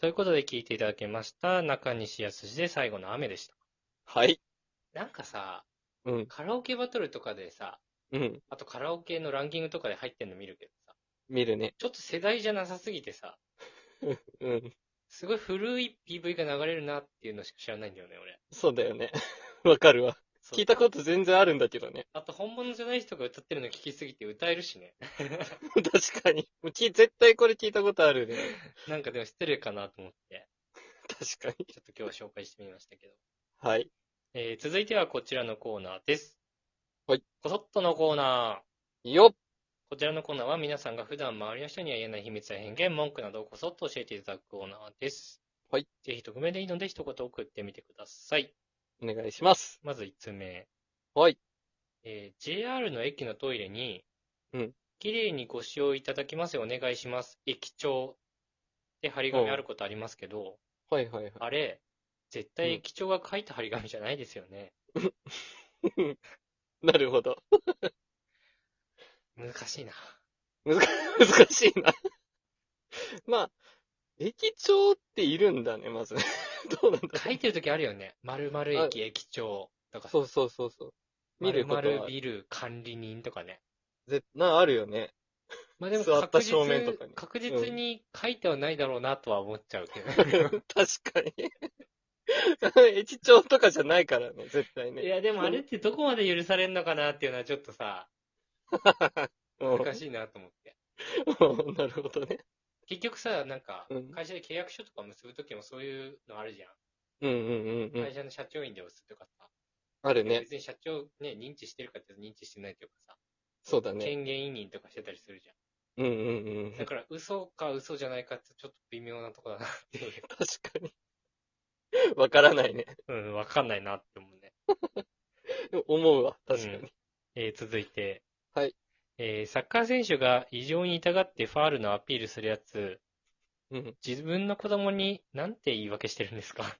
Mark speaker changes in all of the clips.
Speaker 1: ということで聞いていただきました。中西康で最後の雨でした。
Speaker 2: はい。
Speaker 1: なんかさ、
Speaker 2: うん。
Speaker 1: カラオケバトルとかでさ、
Speaker 2: うん。
Speaker 1: あとカラオケのランキングとかで入ってんの見るけどさ、
Speaker 2: 見るね。
Speaker 1: ちょっと世代じゃなさすぎてさ、
Speaker 2: うん。
Speaker 1: すごい古い PV が流れるなっていうのしか知らないんだよね、俺。
Speaker 2: そうだよね。 わかるわ。
Speaker 1: そう
Speaker 2: 聞いたこと全然あるんだけどね。
Speaker 1: あと本物じゃない人が歌ってるの聞きすぎて歌えるしね。
Speaker 2: 確かに。もうき絶対これ聞いたことあるね。
Speaker 1: なんかでも失礼かなと思って、
Speaker 2: 確かに。
Speaker 1: ちょっと今日は紹介してみましたけど。
Speaker 2: はい。
Speaker 1: えー続いてはこちらのコーナーです。
Speaker 2: はい。
Speaker 1: こそっとのコーナー。
Speaker 2: よっ
Speaker 1: こちらのコーナーは皆さんが普段周りの人には言えない秘密や偏見、文句などをこそっと教えていただくコーナーです。
Speaker 2: はい。
Speaker 1: ぜひ匿名でいいので一言送ってみてください。
Speaker 2: お願いします。
Speaker 1: まず1つ目。
Speaker 2: はい。
Speaker 1: えー JR の駅のトイレに、
Speaker 2: うん。
Speaker 1: 綺麗にご使用いただきますようお願いします。駅長って張り紙あることありますけど、
Speaker 2: はいはいはい。
Speaker 1: あれ、絶対
Speaker 2: うん
Speaker 1: 駅長が書いた張り紙じゃないですよ ね。
Speaker 2: なるほど。
Speaker 1: 難しいな。
Speaker 2: 難 難しいな。 まあ、駅長っているんだね、まず。 どうなんだろ
Speaker 1: 書いてる時あるよね。〇〇駅駅長とかさ
Speaker 2: う。そうそうそうそう。見ることは
Speaker 1: 〇〇ビル管理人とかね。
Speaker 2: 絶な、あるよ ね。
Speaker 1: まあでも
Speaker 2: 座った
Speaker 1: 確実
Speaker 2: 正面とかに
Speaker 1: 確実に書いてはないだろうなとは思っちゃうけど。
Speaker 2: 確かに。 駅長とかじゃないからね、絶 対
Speaker 1: い
Speaker 2: ね。
Speaker 1: やでもあれってどこまで許されるのかなっていうのはちょっとさ、
Speaker 2: うん
Speaker 1: 難しいなと思って。
Speaker 2: うん なるほどね。
Speaker 1: 結局さ、なんか
Speaker 2: うん、
Speaker 1: 会社で契約書とか結ぶときもそういうのあるじゃ
Speaker 2: うんうんうん
Speaker 1: ん。
Speaker 2: う
Speaker 1: 会
Speaker 2: ん。
Speaker 1: 社の社長院で押すとかさ。
Speaker 2: あるね。
Speaker 1: 別に社長ね、認知してるかって言うと認知してないというかさ、
Speaker 2: そうだね。
Speaker 1: 権限委任とかしてたりするじゃ
Speaker 2: うんうんうん
Speaker 1: ん。。だから嘘か嘘じゃないかってちょっと微妙なとこだなっていう。
Speaker 2: 確かに。わからないね。
Speaker 1: うん、わかんないなって思うね。
Speaker 2: 思うわ、確かに。
Speaker 1: うんえー続いて。
Speaker 2: はい。
Speaker 1: えーサッカー選手が異常に痛がってファールのアピールするやつ、
Speaker 2: うん。
Speaker 1: 自分の子供になんて言い訳してるんですか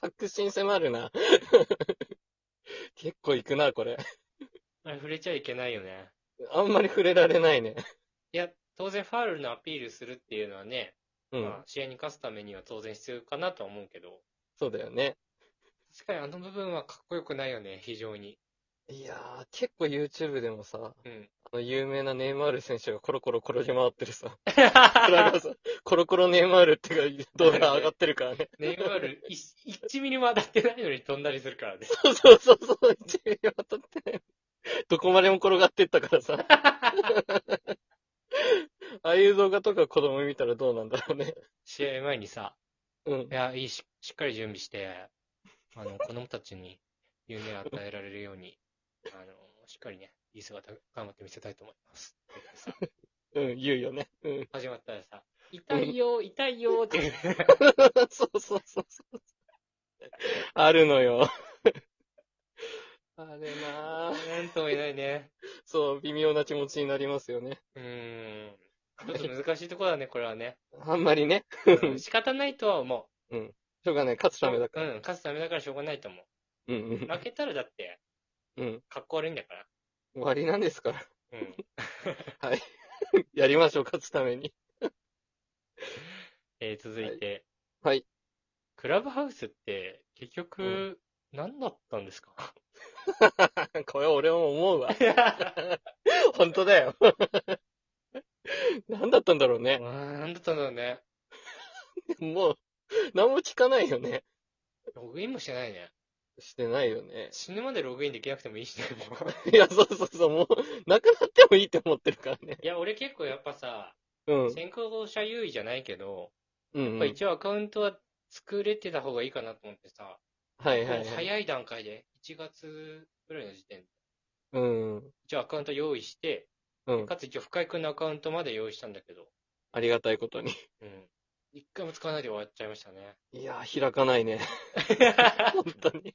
Speaker 2: 確信迫るな。 結構いくな、これ。
Speaker 1: あれ触れちゃいけないよね。
Speaker 2: あんまり触れられないね。
Speaker 1: いや、当然ファールのアピールするっていうのはね、
Speaker 2: うん。
Speaker 1: まあ、試合に勝つためには当然必要かなとは思うけど、
Speaker 2: そうだよね。
Speaker 1: 確かにあの部分はかっこよくないよね、非常に。
Speaker 2: いやー、結構 YouTube でもさ、
Speaker 1: うん。
Speaker 2: あの有名なネイマール選手がコロコロ転げ回ってるさ、フラ
Speaker 1: ネ
Speaker 2: がさ、コロコロネイマールってが動画上がってるからね。
Speaker 1: イマール、い1ミリも当たってないのに飛んだりするからね。
Speaker 2: そうそうそうそう、一秒当たってない。どこまでも転がってったからさ。ああいう動画とか子供見たらどうなんだろうね。
Speaker 1: 試合前にさ、
Speaker 2: うん
Speaker 1: い。や、いいし、しっかり準備して、あ の、子供たちに夢を与えられるように、あの、しっかりね、いい姿頑張って見せたいと思います。さ
Speaker 2: うん、言うよね。うん。
Speaker 1: 始まったらさ、痛いよ、痛いよって。
Speaker 2: そうそうそうそう。あるのよ。あれなぁ。
Speaker 1: なんとも言えないね。
Speaker 2: そう、微妙な気持ちになりますよね。
Speaker 1: うーん。ちょっと難しいところだね、これは ね。
Speaker 2: あんまりね。
Speaker 1: うん仕方ないとは思
Speaker 2: しょうがない。勝つ
Speaker 1: う。
Speaker 2: ためだから。
Speaker 1: うん、勝つためだからしょうがないと思
Speaker 2: うん
Speaker 1: う。負けたらだって、
Speaker 2: うん。うん。
Speaker 1: 格好悪いんだから。
Speaker 2: 終わりなんですから。
Speaker 1: うん。
Speaker 2: やりましょう、勝つために。
Speaker 1: えー続いて。
Speaker 2: はいはい
Speaker 1: クラブハウスって、結
Speaker 2: う
Speaker 1: 局、何だったんです か
Speaker 2: これ俺も思うわ。 本当だよ。何だったんだろうね。
Speaker 1: なんだったんだろうね。
Speaker 2: もう、何も聞かないよね。
Speaker 1: ログインもしてないね。
Speaker 2: してないよね。
Speaker 1: 死ぬまでログインできなくてもいいしね、もう
Speaker 2: いや、そうそうそう、もう、なくなってもいいって思ってるからね。
Speaker 1: いや、俺結構やっぱさ、
Speaker 2: うん。
Speaker 1: 先行者優位じゃないけど、
Speaker 2: うん、
Speaker 1: やっ
Speaker 2: う
Speaker 1: ぱ
Speaker 2: ん。
Speaker 1: 一応アカウントは作れてた方がいいかなと思ってさ、
Speaker 2: はいはい、
Speaker 1: も
Speaker 2: は
Speaker 1: う
Speaker 2: い。
Speaker 1: 早い段階で、1月ぐらいの時点で、
Speaker 2: うん。
Speaker 1: 一応アカウント用意して、
Speaker 2: うん。
Speaker 1: かつ一応深井くんのアカウントまで用意したんだけど、
Speaker 2: ありがたいことに。
Speaker 1: うん。一回も使わないで終わっちゃいました ね。
Speaker 2: いや、開かないね。 本当に。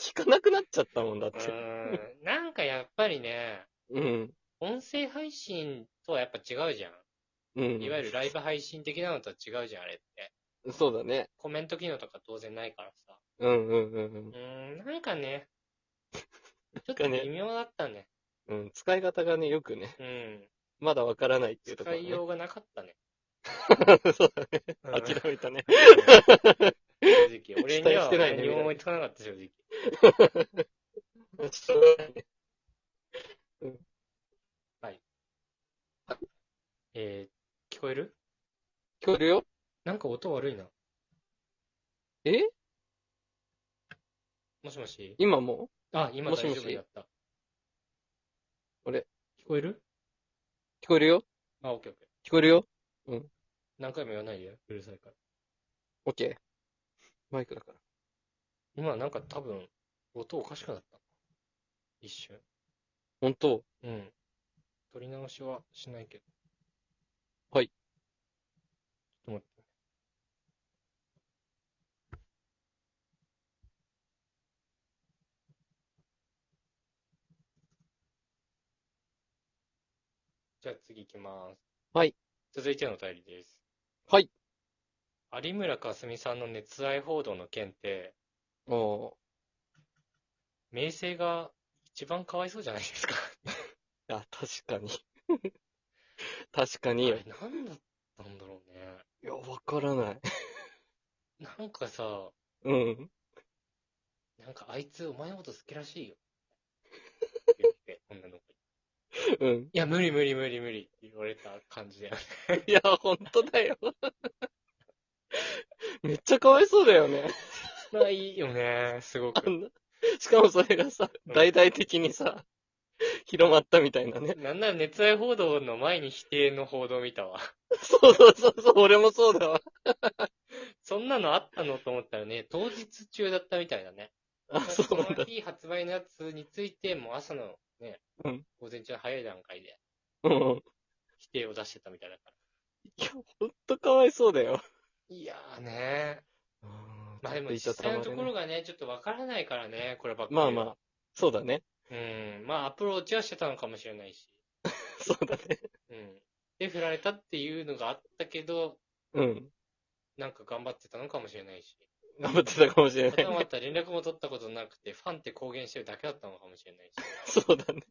Speaker 2: 聞かなくなっちゃったもんだっ
Speaker 1: う
Speaker 2: て。
Speaker 1: ーんなんかやっぱりね、
Speaker 2: うん。
Speaker 1: 音声配信とはやっぱ違うじゃ
Speaker 2: うん。
Speaker 1: ん。いわゆるライブ配信的なのとは違うじゃん、あれって。
Speaker 2: そうだね。
Speaker 1: コメント機能とか当然ないからさ。
Speaker 2: うんうんうん
Speaker 1: うーん、なんかね、ちょっ
Speaker 2: か
Speaker 1: と
Speaker 2: ね
Speaker 1: 微妙だったね。
Speaker 2: うん。うん。使い方がね、よくね、
Speaker 1: うん。
Speaker 2: まだわからないっていうとこ
Speaker 1: 使
Speaker 2: ろ、ね
Speaker 1: い。ようがなかったね。
Speaker 2: そうだね。
Speaker 1: うん
Speaker 2: 諦め たね。
Speaker 1: 正直。俺には
Speaker 2: 期待してないね
Speaker 1: 何も思いつかなかった、正直。
Speaker 2: しょうがないね
Speaker 1: えー、聞こえる
Speaker 2: 聞こえるよ
Speaker 1: なんか音悪いな。
Speaker 2: え
Speaker 1: もしもし
Speaker 2: 今も
Speaker 1: あ、今
Speaker 2: もし
Speaker 1: 大
Speaker 2: も
Speaker 1: 丈夫
Speaker 2: し
Speaker 1: だった。
Speaker 2: あれ
Speaker 1: 聞こえる
Speaker 2: 聞こえるよ
Speaker 1: あ、オッケーオッケ
Speaker 2: 聞こえるよ
Speaker 1: ー。何回も言わないで、うるさいから。
Speaker 2: オッケー。マイクだから。
Speaker 1: 今なんか多分、音おかしくなった。一瞬。
Speaker 2: 本当
Speaker 1: うん。取り直しはしないけど。
Speaker 2: はい。
Speaker 1: ちょっと待って。じゃあ次行きます。
Speaker 2: はい。
Speaker 1: 続いてのお便りです。
Speaker 2: はい。
Speaker 1: 有村架純さんの熱愛報道の件って、
Speaker 2: お
Speaker 1: 名声が一番かわいそうじゃないですか。
Speaker 2: ーあ、確かに。 確かに
Speaker 1: あ
Speaker 2: よ
Speaker 1: れ。何だったんだろうね。
Speaker 2: いや、わからない。
Speaker 1: なんかさ、
Speaker 2: うん。
Speaker 1: なんかあいつお前のこと好きらしいよ。って言って、女の子に。
Speaker 2: うん。
Speaker 1: いや、無理無理無理無理って言われた感じだよね。
Speaker 2: いや、本当だよ。 めっちゃかわいそうだよね。
Speaker 1: ないよね、すご
Speaker 2: あ
Speaker 1: く。
Speaker 2: んなしかもそれがさ、
Speaker 1: うん
Speaker 2: 大々的にさ、広まったみたいなね。
Speaker 1: なんなら熱愛報道の前に否定の報道見たわ。
Speaker 2: そうそうそうそう、俺もそうだわ。
Speaker 1: そんなのあったのと思ったらね、当日中だったみたいだね。
Speaker 2: あ、そうなん
Speaker 1: そ
Speaker 2: だ
Speaker 1: の。日発売のやつについて、もう朝のね、
Speaker 2: うん
Speaker 1: 午前中の早い段階で
Speaker 2: うん。
Speaker 1: 否定を出してたみたいだから。
Speaker 2: いや、ほんとかわいそうだよ。
Speaker 1: いやーねまあでも
Speaker 2: ちょ
Speaker 1: 実
Speaker 2: っとい
Speaker 1: 際
Speaker 2: た
Speaker 1: の
Speaker 2: た
Speaker 1: と
Speaker 2: ま
Speaker 1: こ
Speaker 2: れね
Speaker 1: ろがね、ちょっとわからないからね、こればっかり
Speaker 2: まあ
Speaker 1: は。
Speaker 2: まあ、そうだね。
Speaker 1: うん、まあアプローチはしてたのかもしれないし。
Speaker 2: そうだね。
Speaker 1: うん。で、振られたっていうのがあったけど、
Speaker 2: うん。
Speaker 1: なんか頑張ってたのかもしれ ないし。
Speaker 2: 頑張ってたかもしれ
Speaker 1: ま
Speaker 2: ない
Speaker 1: た
Speaker 2: ね。
Speaker 1: また連絡も取ったことなくて、ファンって公言してるだけだったのかもしれないし。
Speaker 2: そうだね。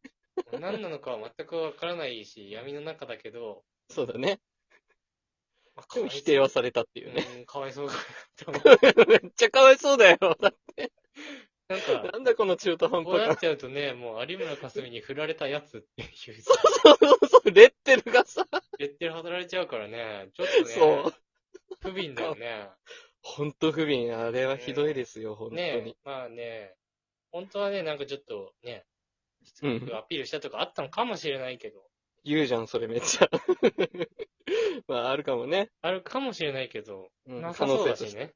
Speaker 1: 何なのかは全くわからないし、闇の中だけど、
Speaker 2: そうだ ね。
Speaker 1: まあ
Speaker 2: でも否定はされたっていうね。
Speaker 1: うん、かわいそうか な
Speaker 2: めっちゃかわいそうだよ。
Speaker 1: なんか、
Speaker 2: なんだこの中途半
Speaker 1: こう
Speaker 2: 端
Speaker 1: な
Speaker 2: な
Speaker 1: っ。ちゃうとね、もう有村架純に振られたやつっていう、
Speaker 2: そうそうそう、レッテルがさ、
Speaker 1: レッテル貼られちゃうからね、ちょっとね、
Speaker 2: そう。
Speaker 1: 不憫だよね。
Speaker 2: ほんと不憫。あれはひどいですよ、ほんと
Speaker 1: ね
Speaker 2: に。
Speaker 1: まあね、本当はね、なんかちょっとね、しつこ
Speaker 2: うん
Speaker 1: くアピールしたとかあったのかもしれないけど、
Speaker 2: 言うじゃん、それめっちゃ。 まあ、あるかもね。
Speaker 1: あるかもしれないけど、
Speaker 2: うん
Speaker 1: な
Speaker 2: 可
Speaker 1: さ
Speaker 2: 能
Speaker 1: そう
Speaker 2: 性
Speaker 1: だ
Speaker 2: とし。
Speaker 1: してね。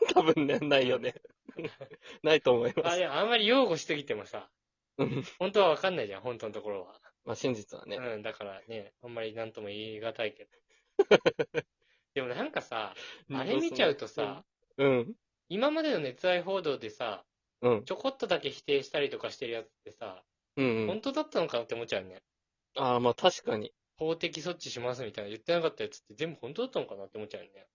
Speaker 2: 多分ね、ないよね。 ないと思いま
Speaker 1: あ
Speaker 2: す。
Speaker 1: れ、あんまり擁護しすぎてもさ、
Speaker 2: うん
Speaker 1: 本当はわかんないじゃん、本当のところは。
Speaker 2: まあ、真実はね。
Speaker 1: うん、だからね、あんまりなんとも言い難い けど。でもなんかさ、あれ見ちゃうとさ、
Speaker 2: うん。
Speaker 1: 今までの熱愛報道でさ、
Speaker 2: うん。
Speaker 1: ちょこっとだけ否定したりとかしてるやつってさ、
Speaker 2: うんうん。
Speaker 1: 本当だったのかなって思っちゃうね。
Speaker 2: ああ、まあ確かに。
Speaker 1: 法的措置しますみたいな言ってなかったやつって全部本当だったのかなって思っちゃう よね。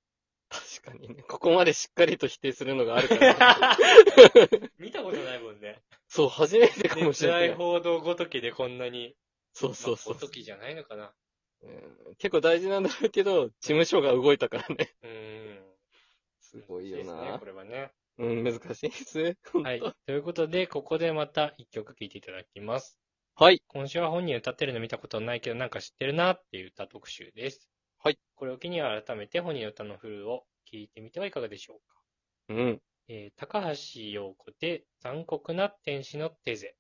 Speaker 2: 確かにね。ここまでしっかりと否定するの があるから、ね。
Speaker 1: 見たことないもんね。
Speaker 2: そう、初めてかもし
Speaker 1: 熱
Speaker 2: れな
Speaker 1: 愛
Speaker 2: い。
Speaker 1: 報道ごときでこんなに。
Speaker 2: そうそうそう
Speaker 1: まあごときじゃないのかな。
Speaker 2: うん結構大事なんだろうけど、事務所が動いたからね。
Speaker 1: うーん。
Speaker 2: すごいよ
Speaker 1: 難しですね
Speaker 2: な
Speaker 1: こ。れはね。
Speaker 2: うん、難しいです。
Speaker 1: はい。ということで、ここでまた一曲聴いていただきます。
Speaker 2: はい。
Speaker 1: 今週は本人歌ってるの見たことないけど、なんか知ってるなっていう歌特集です。
Speaker 2: はい。
Speaker 1: これを機に改めて本人の歌のフルを聴いてみてはいかがでしょうか。
Speaker 2: うん。
Speaker 1: えー高橋洋子で残酷な天使のテゼ。